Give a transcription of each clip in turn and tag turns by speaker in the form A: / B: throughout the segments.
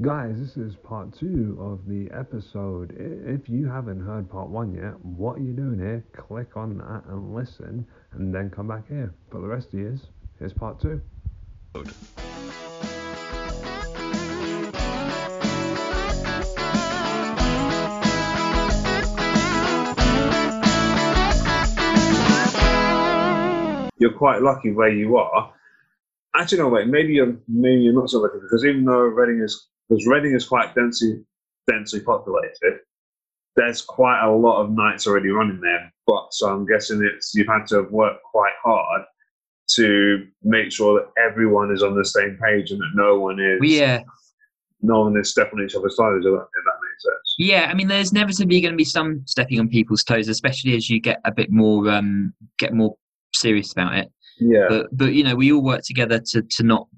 A: Guys, this is part two of the episode. I- If you haven't heard part one yet, what are you doing here? Click on that and listen, and then come back here. But the rest of you is, here's part two.
B: you're quite lucky where you are. Actually, no, wait, maybe you're maybe you're not so lucky because even though Reading is because Reading is quite densely densely populated, there's quite a lot of nights already running there. But so I'm guessing it's you've had to have worked quite hard to make sure that everyone is on the same page and that no one is
C: Yeah,
B: no one is stepping on each other's toes. If that, if that makes sense.
C: yeah. I mean, there's inevitably going to be some stepping on people's toes, especially as you get a bit more um, get more serious about it.
B: Yeah.
C: But but you know, we all work together to to not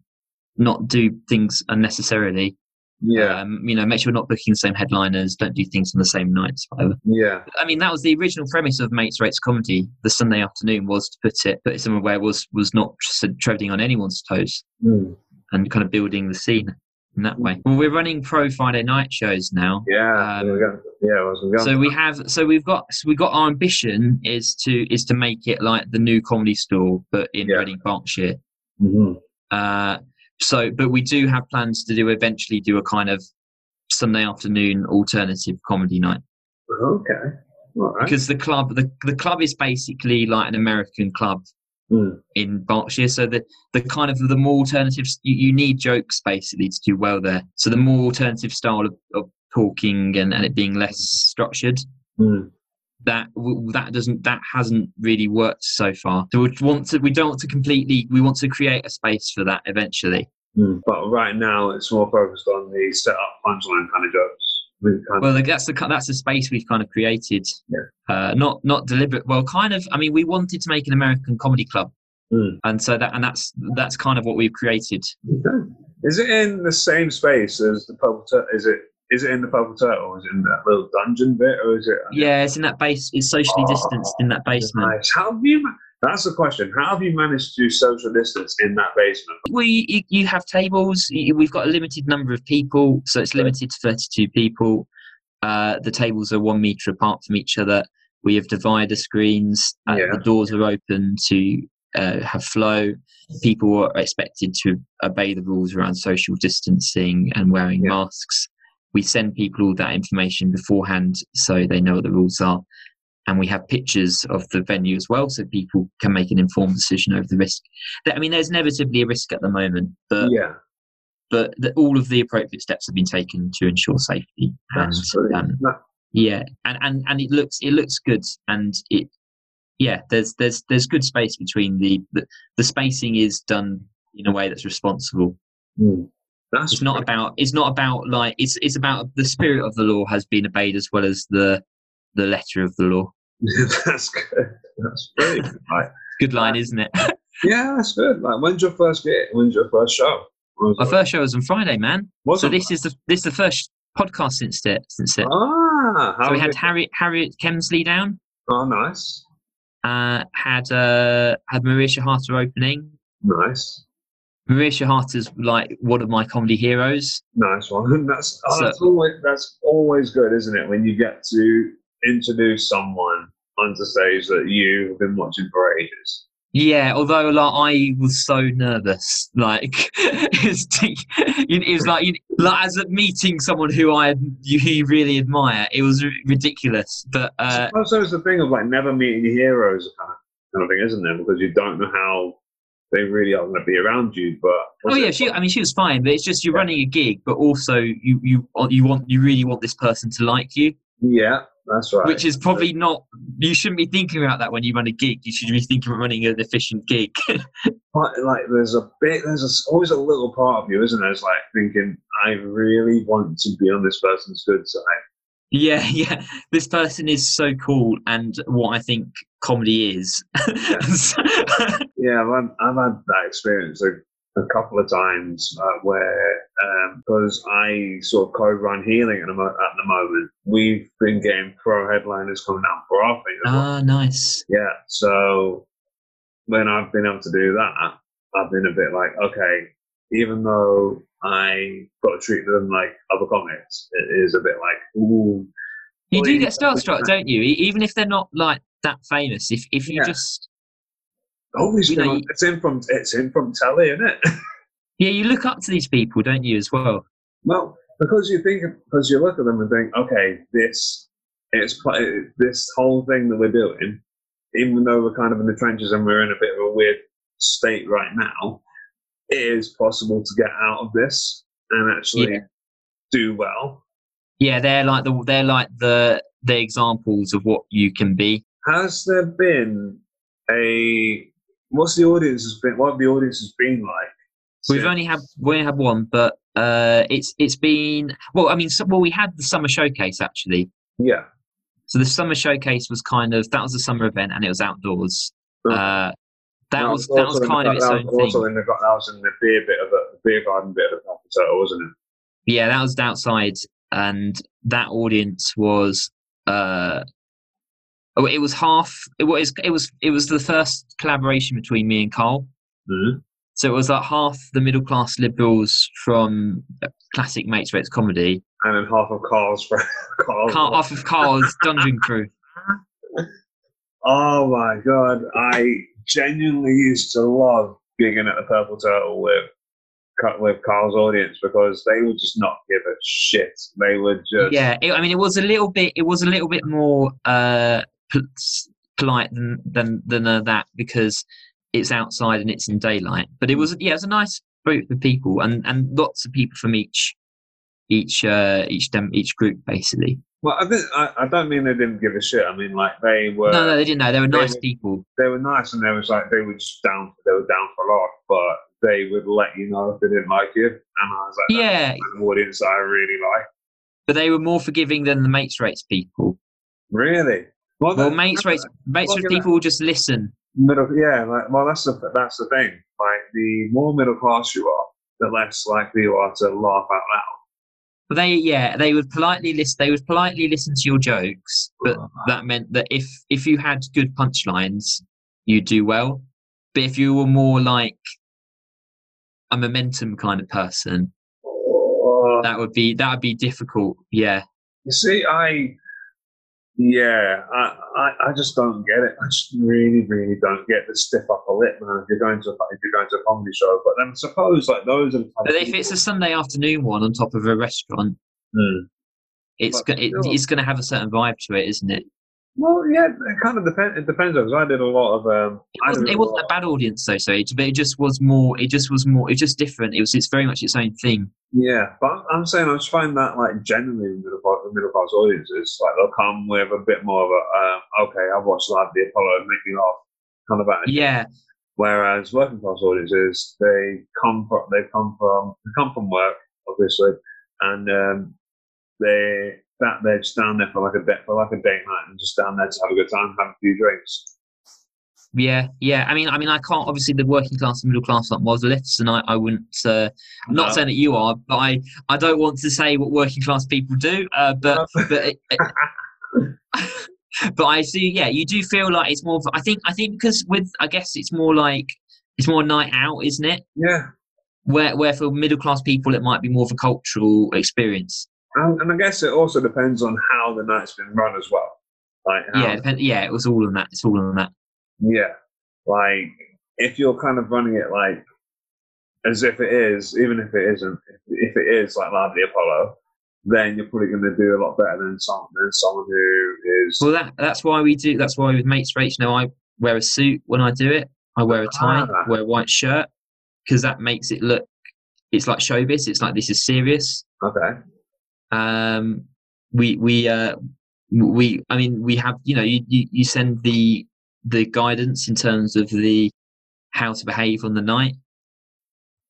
C: not do things unnecessarily.
B: yeah.
C: Um, you know, make sure we're not booking the same headliners. Don't do things on the same nights. Whatever.
B: Yeah.
C: I mean, that was the original premise of Mates Rates Comedy. The Sunday afternoon was to put it put it somewhere where it was was not tre- treading on anyone's toes.
B: Mm.
C: and kind of building the scene in that way. Well, we're running pro Friday night shows now.
B: Yeah.
C: Um,
B: we're going- yeah. I was going
C: So we have, so we've got, so we got our ambition is to is to make it like the new comedy store, but in
B: Yeah.
C: Reading, Berkshire.
B: Mhm.
C: Uh, so, but we do have plans to do eventually do a kind of Sunday afternoon alternative comedy night
B: Okay. All right.
C: because the club, the the club is basically like an American club
B: Mm.
C: in Berkshire. So the, the kind of the more alternative, you, you need jokes basically to do well there. So the more alternative style of, of talking and, and it being less structured,
B: Mm.
C: that w- that doesn't that hasn't really worked so far. So we want to we don't want to completely we want to create a space for that eventually.
B: mm. But right now, it's more focused on the setup punchline kind of jokes. We kind
C: Well, like, that's the ki- that's the space we've kind of created.
B: Yeah.
C: Uh, not not deliberate. Well, kind of. I mean, we wanted to make an American comedy club,
B: Mm.
C: and so that and that's that's kind of what we've created.
B: Okay. Is it in the same space as the purple turtle? Is it is it in the purple turtle? Is it in that little dungeon bit, or is it?
C: Yeah, it's in that base. It's socially
B: Oh,
C: distanced in that basement.
B: Nice. How have you? ma- That's the question. How have you managed to social distance in that basement?
C: We you, you have tables. You, we've got a limited number of people, so it's limited to thirty-two people. Uh, the tables are one meter apart from each other. We have divider screens. Uh,
B: Yeah.
C: The doors are open to uh, have flow. People are expected to obey the rules around social distancing and wearing
B: Yeah.
C: masks. We send people all that information beforehand so they know what the rules are. And we have pictures of the venue as well, so people can make an informed decision over the risk. There- I mean, there's inevitably a risk at the moment, but
B: yeah.
C: but the, all of the appropriate steps have been taken to ensure safety. And
B: That's brilliant.
C: um,
B: That-
C: yeah, and, and and it looks it looks good, and it yeah, there's there's there's good space between the the, the spacing is done in a way that's responsible.
B: mm. That's
C: It's not about it's not about like it's it's about the spirit of the law has been obeyed as well as the the letter of the law.
B: that's good. That's brilliant. right.
C: Good line, isn't it?
B: Yeah, that's good. Like, when's your first gig? When's your first show? Was
C: Our
B: it-
C: first show was on Friday, man.
B: was
C: So
B: it-
C: this is the this is the first podcast since it since it.
B: Ah, how
C: So we
B: was
C: had
B: it?
C: Harriet Harriet Kemsley down.
B: Oh, nice,
C: uh, had uh, had Marisha Harter opening.
B: nice.
C: Marisha Harter's like one of my comedy heroes.
B: Nice one. That's oh,
C: So-
B: that's always that's always good, isn't it? When you get to introduce someone onto stage that you've been watching for ages.
C: Yeah, although like I was so nervous, like it's, it was like you- like as a meeting someone who I you who really admire. It was r- ridiculous, but uh,
B: also, it's the thing of like never meeting your heroes kind of, kind of thing, isn't there? Because you don't know how they really are going to be around you. But
C: oh yeah, she I mean she was fine, but it's just you're running a gig, but also you you you want you really want this person to like you,
B: yeah, that's right.
C: which is probably not you shouldn't be thinking about that when you run a gig. You should be thinking about running an efficient gig.
B: But, like there's a bit, there's a, always a little part of you, isn't there? It's like thinking, I really want to be on this person's good side.
C: Yeah, yeah. This person is so cool, and what I think comedy is.
B: Yeah, I've had, I've had that experience a, a couple of times uh, where, because I sort of co run healing at the, mo- at the moment, we've been getting pro headliners coming down for our thing.
C: ah, nice.
B: Yeah, so when I've been able to do that, I've been a bit like, okay, even though I got to treat them like other comics. It is a bit like, ooh.
C: You
B: boy,
C: do get starstruck,
B: that's-
C: don't you? E- Even if they're not like that famous, if if you
B: Yeah.
C: just
B: Obviously,
C: You know,
B: man,
C: you-
B: oh, it's in from it's in from telly, isn't it?
C: yeah, you look up to these people, don't you? As well,
B: Well, because you think, because you look at them and think, okay, this, it's pl- this whole thing that we're doing, even though we're kind of in the trenches and we're in a bit of a weird state right now, it is possible to get out of this and actually
C: Yeah.
B: do well.
C: yeah, they're like the they're like the the examples of what you can be.
B: Has there been a what's the audience has been? What have the audience has been like?
C: We've
B: since-
C: only had we only had one, but uh, it's it's been well. I mean, so, well, we had the summer showcase actually. uh,
B: yeah.
C: So the summer showcase was kind of that was a summer event, and it was outdoors.
B: Okay.
C: Uh, that
B: No,
C: was
B: it's
C: that
B: also
C: was
B: in the
C: kind
B: gra-
C: of its
B: that
C: own
B: was Also
C: thing.
B: in the gra- that was in the beer bit of the beer garden bit of the Capitol, wasn't it?
C: Yeah, that was outside, and that audience was. Uh, oh, it was half. It was it was it was the first collaboration between me and Carl.
B: Mm-hmm.
C: So it was like half the middle class liberals from uh, classic mates rates comedy,
B: and then half of Carl's friend. Carl's
C: Carl, off of Carl's Dungeon Crew.
B: Oh my god, I genuinely used to love gigging at the Purple Turtle with Ca- with Carl's audience because they would just not give a shit. They would just
C: Yeah, it, I mean, it was a little bit. It was a little bit more uh, pol- s- polite than than than uh, that because it's outside and it's in daylight. But it was yeah, it was a nice group of people and and lots of people from each each uh, each dem- each group basically.
B: Well, I, think, I I don't mean they didn't give a shit. I mean like they were
C: no, no, they didn't know. They were
B: they
C: nice
B: were-
C: people.
B: they were nice and they was like they were just down they were down for a lot, but they would let you know if they didn't like you. And I was like, that's
C: Yeah,
B: the kind of audience I really like.
C: but they were more forgiving than the mates rates people.
B: Really? Well,
C: Well,
B: that-
C: mates rates mates
B: look
C: rates
B: at that.
C: people will just listen.
B: middle yeah like, well that's the that's the thing like the more middle class you are the less likely you are to laugh out loud
C: But they yeah, they would politely listen. They would politely listen to your jokes, but that meant that if if you had good punchlines, you do well. But if you were more like a momentum kind of person,
B: Oh,
C: that would be that would be difficult. Yeah,
B: you see i yeah I, I i just don't get it i just really really don't get the stiff upper lip man if you're going to if you're going to a comedy show but then suppose like those are the type
C: but
B: of
C: if it's
B: people-
C: a Sunday afternoon one on top of a restaurant,
B: Hmm.
C: it's go-
B: But
C: it,
B: still.
C: it's going to have a certain vibe to it, isn't it?
B: well yeah it kind of depends it depends because i did a lot of um
C: It wasn't, it wasn't a bad audience though, so it, but it just was more. It just was more. It was just different. It was. It's very much its own thing.
B: Yeah, but I'm- I'm saying I just find that like generally in middle class, middle class audiences, like they'll come with a bit more of a um, okay, I've watched Live at the Apollo and make me laugh kind of attitude.
C: Yeah,
B: Whereas working class audiences, they come from they come from they come from work obviously, and um, they that they're just down there for like a date for like a date night and just down there to have a good time, have a few drinks.
C: yeah, yeah. I mean, I mean, I can't. Obviously, the working class and middle class lot was less, and I, I wouldn't. Uh, I'm not
B: No.
C: saying that you are, but I, I don't want to say what working class people do. Uh, but but it, it- but I see. Yeah, you do feel like it's more. of- I think I think because with I guess it's more like it's more night out, isn't it?
B: Yeah,
C: Where where for middle class people it might be more of a cultural experience.
B: and, and I guess it also depends on how the night's been run as well. Like how
C: Yeah, depend, yeah. It was all on that. It's all on that.
B: Yeah. Like, if you're kind of running it like as if it is, even if it isn't, if it is like Live at the Apollo, then you're probably going to do a lot better than someone than someone who is.
C: Well, that that's why we do. That's why with mates rates now I wear a suit when I do it. I wear a tie,
B: Ah.
C: wear a white shirt, because that makes it look. It's like showbiz. It's like this is serious.
B: okay.
C: um, we we uh, we I mean we have you know you, you, you send the the guidance in terms of the how to behave on the night.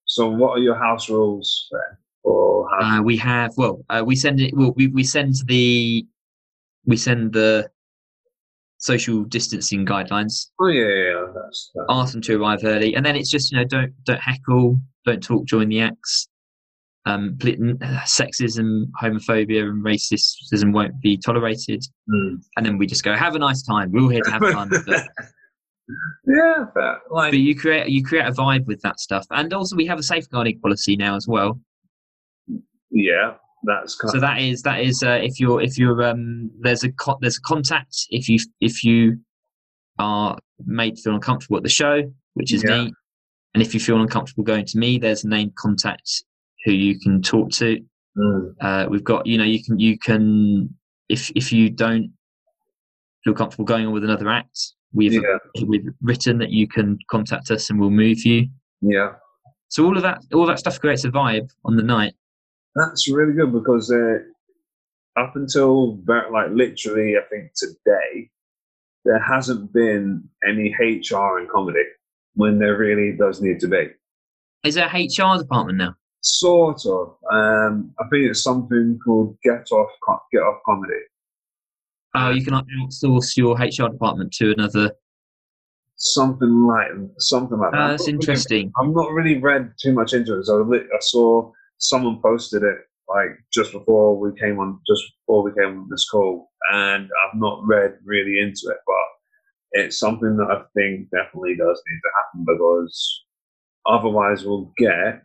B: So, what are your house rules then? Or how,
C: Uh, we have well uh, we send it well we, we send the we send the social distancing guidelines.
B: oh yeah, yeah, yeah, that's, that's,
C: Ask them to arrive early, and then it's just you know don't don't heckle, don't talk during the acts. Um, pl- sexism, homophobia, and racism won't be tolerated.
B: Hmm.
C: and then we just go have a nice time we're all here to have fun with it.
B: yeah, fair. Like,
C: but you create you create a vibe with that stuff and also we have a safeguarding policy now as well
B: Yeah, that's kind
C: So that is that is uh, if you're if you're um, there's a co- there's a contact if you if you are made to feel uncomfortable at the show, which is
B: Yeah.
C: me, and if you feel uncomfortable going to me, there's a named contact who you can talk to.
B: Mm.
C: Uh, we've got you know you can you can if if you don't feel comfortable going on with another act, we've
B: Yeah,
C: we've written that you can contact us and we'll move you.
B: yeah.
C: So all of that all that stuff creates a vibe on the night.
B: That's really good because uh, up until about, like literally, I think today, there hasn't been any HR in comedy when there really does need to be.
C: Is there a HR department now?
B: Sort of. Um, I think it's something called get off Co- get off comedy.
C: Oh, you can like, outsource your HR department to another.
B: Something like something like that.
C: Oh,
B: I'm
C: that's
B: not really-
C: interesting.
B: I've not really read too much into it. So I, lit- I saw someone posted it like just before we came on, just before we came on this call, and I've not read really into it, but it's something that I think definitely does need to happen because otherwise we'll get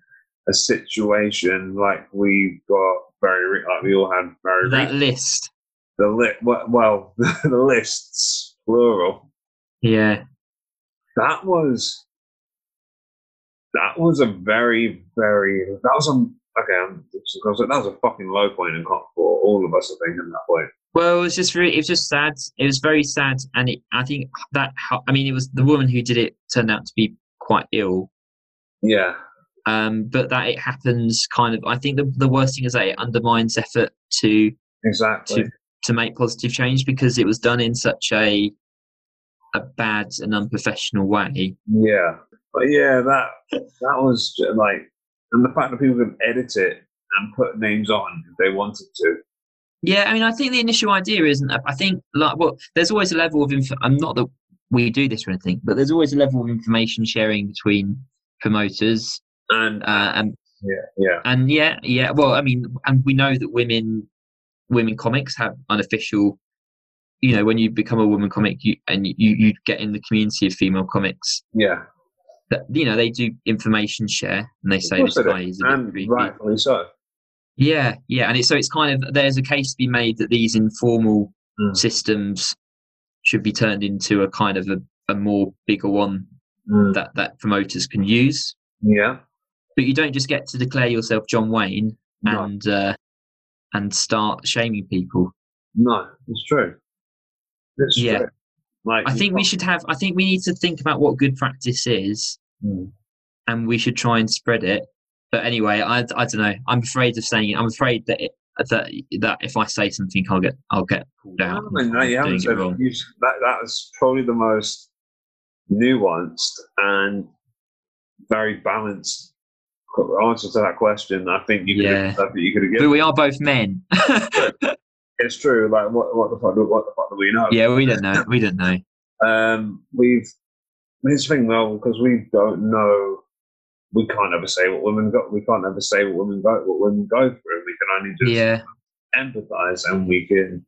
B: a situation like we got very re- like we all had very
C: That
B: re-
C: list.
B: the li- well- well the lists plural
C: Yeah.
B: that was that was a very very that was a okay I'm, that was a fucking low point in cop for all of us I think in that way
C: Well, it was just really, it was just sad. It was very sad, and it, I think that ho- I mean, it was the woman who did it turned out to be quite ill.
B: yeah
C: Um, but that it happens kind of. I think the the worst thing is that it undermines effort to
B: exactly
C: to to make positive change because it was done in such a a bad and unprofessional way.
B: yeah but yeah that that was ju- like and the fact that people could edit it and put names on if they wanted to
C: Yeah, I mean, I think the initial idea isn't. I think like well, there's always a level of. Inf- I'm not that we do this or anything, but there's always a level of information sharing between promoters
B: and
C: uh, and
B: yeah yeah
C: and yeah, yeah. Well, I mean, and we know that women women comics have unofficial. You know, when you become a woman comic, you and you you get in the community of female comics.
B: yeah
C: That you know they do information share, and they say
B: course they
C: this
B: do.
C: guy is a bit
B: and
C: creepy.
B: rightfully so
C: Yeah, yeah, and it's so it's kind of there's a case to be made that these informal
B: Mm.
C: systems should be turned into a kind of a, a more bigger one
B: Mm.
C: that that promoters can use.
B: yeah
C: But you don't just get to declare yourself John Wayne
B: no
C: and uh, and start shaming people.
B: no it's true it's
C: Yeah.
B: true like
C: I think we should have. I think we need to think about what good practice is,
B: Mm.
C: and we should try and spread it. But anyway, I, I don't know. I'm afraid of saying it. I'm afraid that it, that that if I say something, I'll get I'll get called out.
B: No, no, you
C: I'm doing
B: haven't
C: it
B: said
C: wrong.
B: you- that. That was probably the most nuanced and very balanced co- answer to that question. I think you could
C: Yeah.
B: have, I think you could have
C: But
B: given.
C: we are both men.
B: It's true. Like what? What the fuck? do- What the fuck do we know?
C: yeah, we don't know. We don't know.
B: Um, we've. Here's the thing, though, because we don't know. We can't ever say what women go. We can't ever say what women go. What women go through. We can only just
C: Yeah,
B: empathize and we can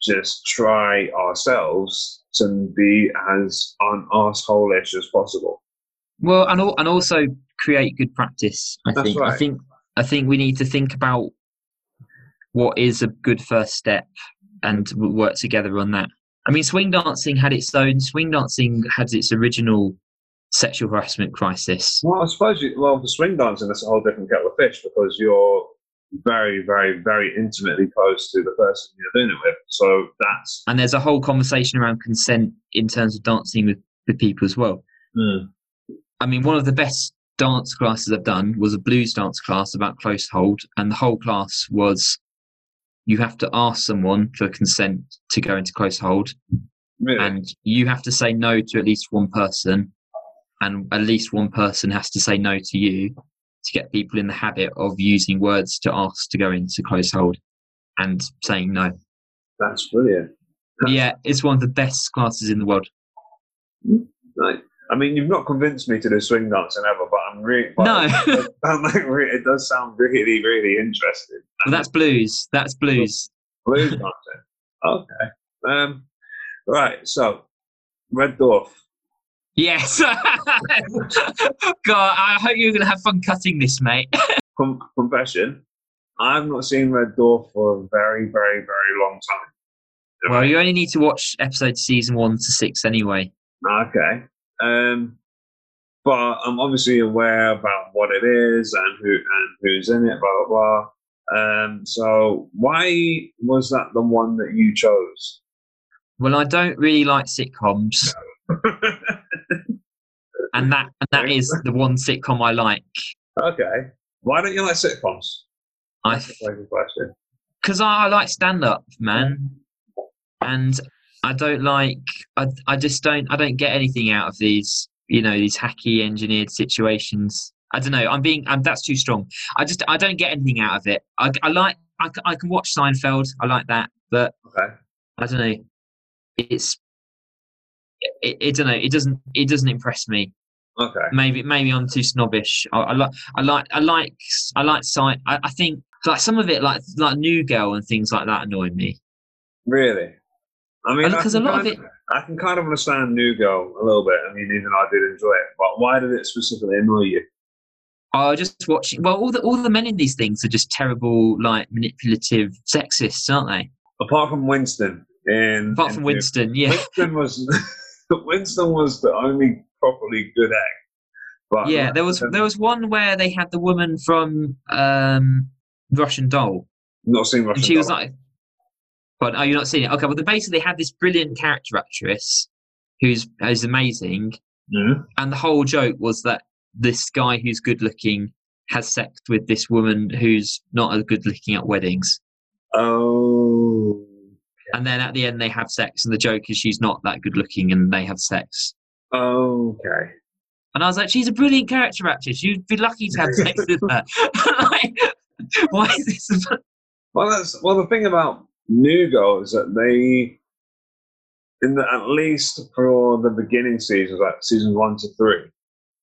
B: just try ourselves to be as unarsehole-ish as possible.
C: well, and al- and also create good practice. I
B: That's
C: think. I
B: right.
C: think. I think we need to think about what is a good first step and w- work together on that. I mean, swing dancing had its own. Swing dancing had its original sexual harassment crisis.
B: Well, I suppose, you, well, for swing dancing, that's a whole different kettle of fish because you're very, very, very intimately close to the person you're doing it with. So that's,
C: And there's a whole conversation around consent in terms of dancing with, with people as well. Hmm. I mean, one of the best dance classes I've done was a blues dance class about close hold, and the whole class was you have to ask someone for consent to go into close hold,
B: really,
C: and you have to say no to at least one person, and at least one person has to say no to you to get people in the habit of using words to ask to go into close hold and saying no.
B: that's brilliant.
C: Yeah, it's one of the best classes in the world.
B: Like, I mean, you've not convinced me to do swing dancing ever, but I'm really,
C: No.
B: I'm like, re- it does sound really, really interesting.
C: Well, Oh, that's blues. That's blues.
B: Blues content. Okay. Um, right. So, Red Dwarf.
C: Yes. God, I hope you're going to have fun cutting this, mate.
B: Com- confession. I've not seen Red Dwarf for a very, very, very long time.
C: Well, you only need to watch episodes season one to six anyway.
B: Okay. Um, but I'm obviously aware about what it is and who and who's in it, blah blah blah. Um, so why was that the one that you chose?
C: Well, I don't really like sitcoms, and that and that is the one sitcom I like.
B: okay. Why don't you like sitcoms?
C: I
B: That's a good question.
C: because I, I like stand up, man, and I don't like I I just don't I don't get anything out of these you know these hacky engineered situations. I don't know. I'm being I'm, that's too strong. I just I don't get anything out of it. I, I like I, c- I can watch Seinfeld. I like that, but
B: Okay.
C: I don't know. It's it, it don't know. It doesn't it doesn't impress me.
B: Okay.
C: Maybe maybe I'm too snobbish. I, I like I like I like I like Sein. I, I think like some of it like like New Girl and things like that annoy me.
B: Really? I mean,
C: And
B: I
C: 'cause a
B: can
C: lot of
B: kind I can kind of understand New Girl a little bit. I mean, even I did enjoy it, but why did it specifically annoy you?
C: Oh, just watching. Well, all the all the men in these things are just terrible, like manipulative sexists, aren't they?
B: Apart from Winston, in,
C: Apart
B: in
C: from
B: New-
C: Winston, yeah,
B: Winston was Winston was the only properly good act. But um,
C: yeah. There was there was one where they had the woman from um, Russian Doll,
B: not seen Russian.
C: and she was
B: Doll.
C: like, "But oh, you're not seeing it? Okay. Well, they basically had this brilliant character actress who's who's amazing,
B: Mhm.
C: and the whole joke was that this guy who's good looking has sex with this woman who's not as good looking at weddings.
B: oh,
C: and then at the end they have sex and the joke is she's not that good looking and they have sex
B: okay.
C: and i was like she's a brilliant character actress you'd be lucky to have sex with her like, why is this about-
B: Well, that's well. The thing about New Girl is that they, in the, at least for the beginning seasons, like seasons one to three,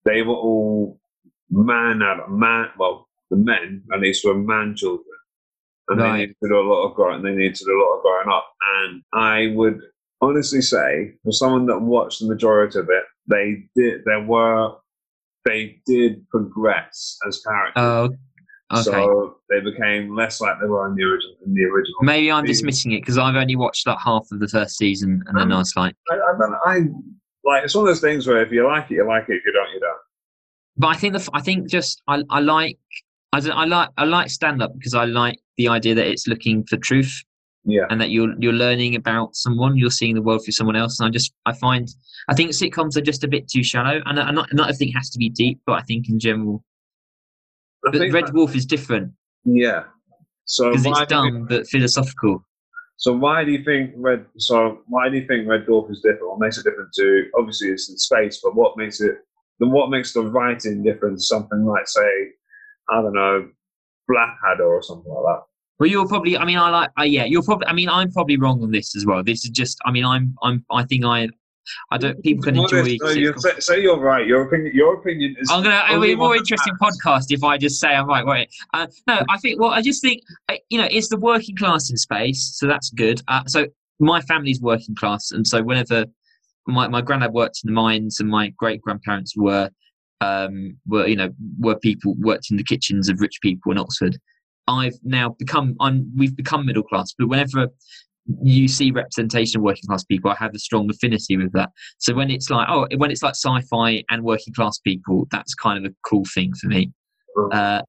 B: they were all man out man. Well, the men at least were man children, and
C: Right.
B: they needed to do a lot of growing. They needed to do a lot of growing up. And I would honestly say, for someone that watched the majority of it, they did. There were they did progress as characters.
C: oh okay
B: So they became less like they were in the original. In the original,
C: maybe i'm
B: the-
C: dismissing it because i've only watched like half of the first season and
B: Oh.
C: then i was like
B: I, I, don't know, I like it's one of those things where if you like it, you like it. If you don't, you don't.
C: but i think the f- i think just i, I like I, don't, I like I like stand up because I like the idea that it's looking for truth
B: Yeah,
C: and that you're you're learning about someone, you're seeing the world through someone else. And I just I find I think sitcoms are just a bit too shallow, and I- not not everything has to be deep, but I think in general,
B: I
C: but
B: think
C: Red
B: that-
C: Wolf is different
B: yeah. So
C: because
B: why
C: it's
B: do you-
C: dumb but philosophical.
B: so why do you think Red? So why do you think Red Dwarf is different? What makes it different to? Obviously, it's in space, but what makes it? Then what makes the writing different to something like, say, I don't know, Blackadder or something like
C: Well, you're probably. I mean, I like. Uh, yeah, you're probably. I mean, I'm probably wrong on this as well. This is just. I mean, I'm. I'm. I think I. I don't. People
B: that?
C: can enjoy.
B: Honest, no, you-
C: sitcoms.
B: say, say you're right. Your opinion. Your opinion is.
C: I'm gonna. It'll
B: only
C: be a more
B: one
C: interesting
B: facts.
C: podcast if I just say I'm right. Wait, uh, no, I think. Well, I just think uh, you know it's the working class in space, so that's good. Uh, so my family's working class, and so whenever my my granddad worked in the mines, and my great grandparents were um were you know were people worked in the kitchens of rich people in Oxford. I've now become I'm we've become middle class, but whenever you see representation of working class people, I have a strong affinity with that. So when it's like, oh, when it's like sci-fi and working class people, that's kind of a cool thing for me.
B: Mm.
C: Uh,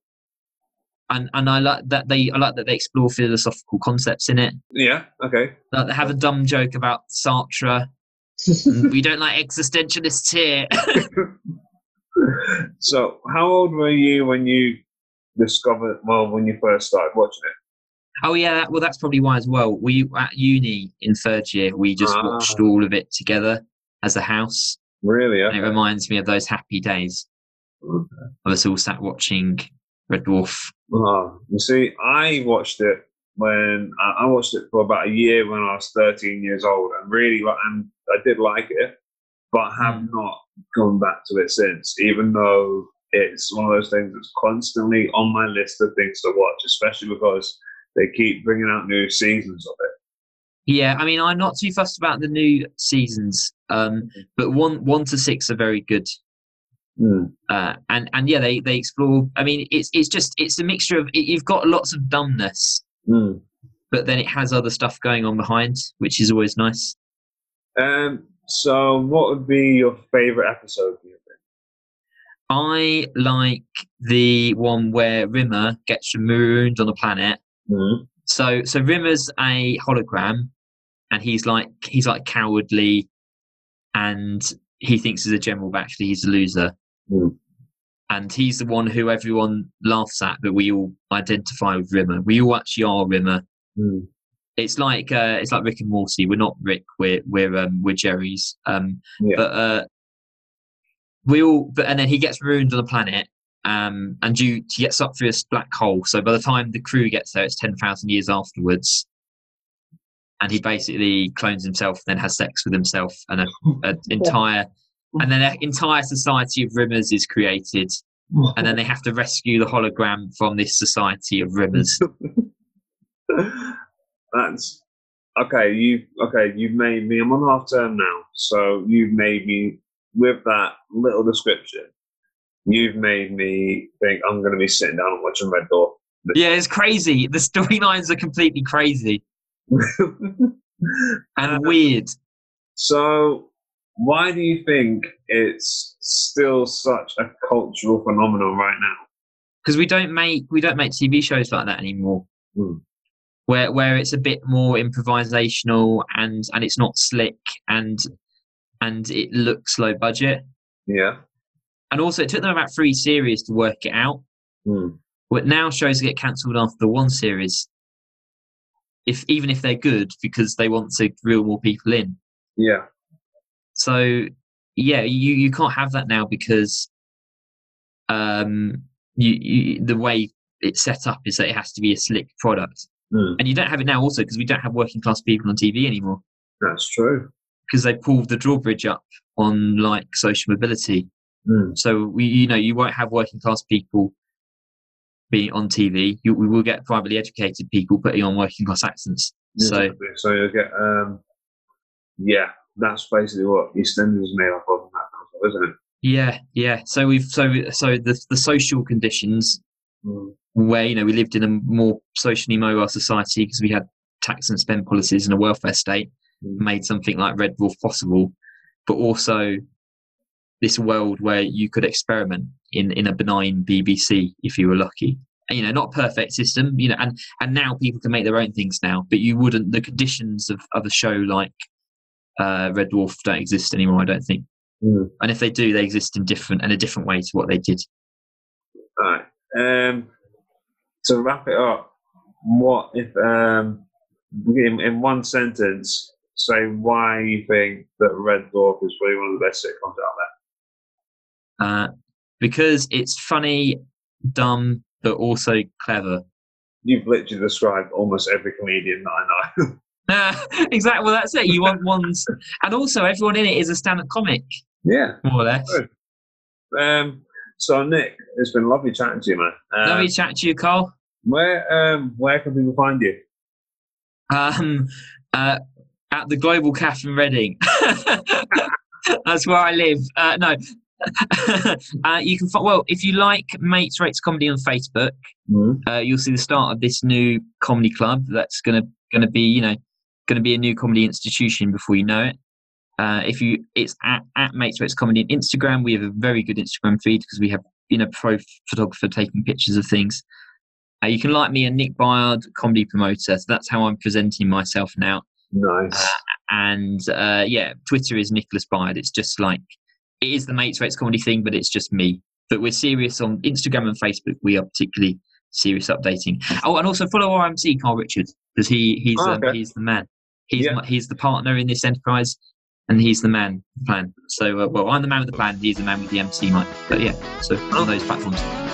C: and and I like that they I like that they explore philosophical concepts in it.
B: Yeah. Okay.
C: Like they have a dumb joke about Sartre. and we don't like existentialists here.
B: so, how old were you when you discovered? Well, when you first started watching it,
C: oh yeah, that, well that's probably why as well. We at uni in third year we just
B: Ah.
C: watched all of it together as a house.
B: really?
C: And it
B: Okay.
C: reminds me of those happy days
B: Okay.
C: of us all sat watching Red Dwarf.
B: Oh, you see, I watched it when I I watched it for about a year when I was 13 years old, and really, li- and I did like it, but have
C: Mm.
B: not gone back to it since. Even though it's one of those things that's constantly on my list of things to watch, especially because they keep bringing out new seasons of it.
C: Yeah, I mean, I'm not too fussed about the new seasons, um, but one one to six are very good.
B: Mm.
C: uh, and and yeah, they they explore. I mean, it's it's just it's a mixture of it, you've got lots of dumbness,
B: Mm.
C: but then it has other stuff going on behind, which is always nice.
B: Um, so, what would be your favourite episode? do you think?
C: I like the one where Rimmer gets marooned on a planet.
B: Mm.
C: So so Rimmer's a hologram, and he's like he's like cowardly, and he thinks he's a general, but actually he's a loser.
B: Hmm.
C: And he's the one who everyone laughs at, but we all identify with Rimmer. We all actually are Rimmer.
B: Mm.
C: it's like uh, it's like Rick and Morty. We're not Rick. We're we're um, we're Jerry's. Um,
B: Yeah.
C: But uh, we all. But and then he gets ruined on the planet. Um, and due he gets up through this black hole. So by the time the crew gets there, it's ten thousand years afterwards. And he basically clones himself, then has sex with himself, and a, an entire and then an entire society of rimmers is created. And then they have to rescue the hologram from this society of rimmers.
B: That's okay. You okay? You've made me. I'm on half term now, so you've made me with that little description. You've made me think I'm going to be sitting down and watching Red Door.
C: Yeah, it's crazy. The storylines are completely crazy and
B: Um,
C: weird.
B: so, why do you think it's still such a cultural phenomenon right now?
C: because we don't make we don't make TV shows like that anymore,
B: Mm.
C: where where it's a bit more improvisational and and it's not slick and and it looks low budget.
B: Yeah.
C: And also, it took them about three series to work it out.
B: Mm.
C: But now shows get cancelled after one series, if even if they're good, because they want to reel more people in.
B: Yeah.
C: So yeah, you you can't have that now because um you, you the way it's set up is that it has to be a slick product.
B: Mm.
C: and you don't have it now also because we don't have working class people on TV anymore
B: That's true.
C: because they pulled the drawbridge up on like social mobility.
B: Mm.
C: So we, you know, you won't have working class people being on TV. You, we will get privately educated people putting on working class accents. So
B: Exactly. so you'll get um, yeah, that's basically what EastEnders is made up of, and that kind of stuff, isn't it?
C: yeah, yeah. So we've so so the the social conditions
B: Mm.
C: where you know we lived in a more socially mobile society because we had tax and spend policies and a welfare state
B: Mm.
C: made something like Red Dwarf possible, but also this world where you could experiment in in a benign BBC if you were lucky. And, you know, not a perfect system. You know, and and now people can make their own things now, but you wouldn't. The conditions of of a show like uh, Red Dwarf don't exist anymore. I don't think.
B: Mm.
C: And if they do, they exist in different and a different way to what they did.
B: All right. Um, to wrap it up, what if um, in, in one sentence, say why you think that Red Dwarf is probably one of the best sitcoms out there?
C: uh, because it's funny, dumb, but also clever.
B: You've literally described almost every comedian that I know.
C: exactly. Well, that's it. You want ones, and also everyone in it is a stand-up comic,
B: yeah.
C: more or less.
B: Good. Um, so Nick, it's been lovely chatting to you, man.
C: Let
B: Um,
C: me chat to you, Carl.
B: where um, where can people find you?
C: Um, uh, at the Global Cafe in Reading. that's where I live. Uh, no. uh, you can fi- well if you like mates rates comedy on facebook
B: Mm.
C: uh, you'll see the start of this new comedy club that's gonna gonna be you know gonna be a new comedy institution before you know it. Uh, if you, it's at, at Matesworks Comedy on Instagram. We have a very good Instagram feed because we have you know pro photographer taking pictures of things. Uh, you can like me and Nick Byard, comedy promoter. So that's how I'm presenting myself now.
B: Nice.
C: And uh, yeah, Twitter is Nicholas Byard. It's just like it is the Matesworks comedy thing, but it's just me. But we're serious on Instagram and Facebook. We are particularly serious updating. Oh, and also follow RMC Carl Richard because he he's
B: Oh,
C: um,
B: okay.
C: he's the man. He's
B: Yeah.
C: my he's the partner in this enterprise, and he's the
B: Oh.
C: man with the plan. So uh, well, I'm the man with the plan. He's the man with the MC mic. But yeah, so on those platforms.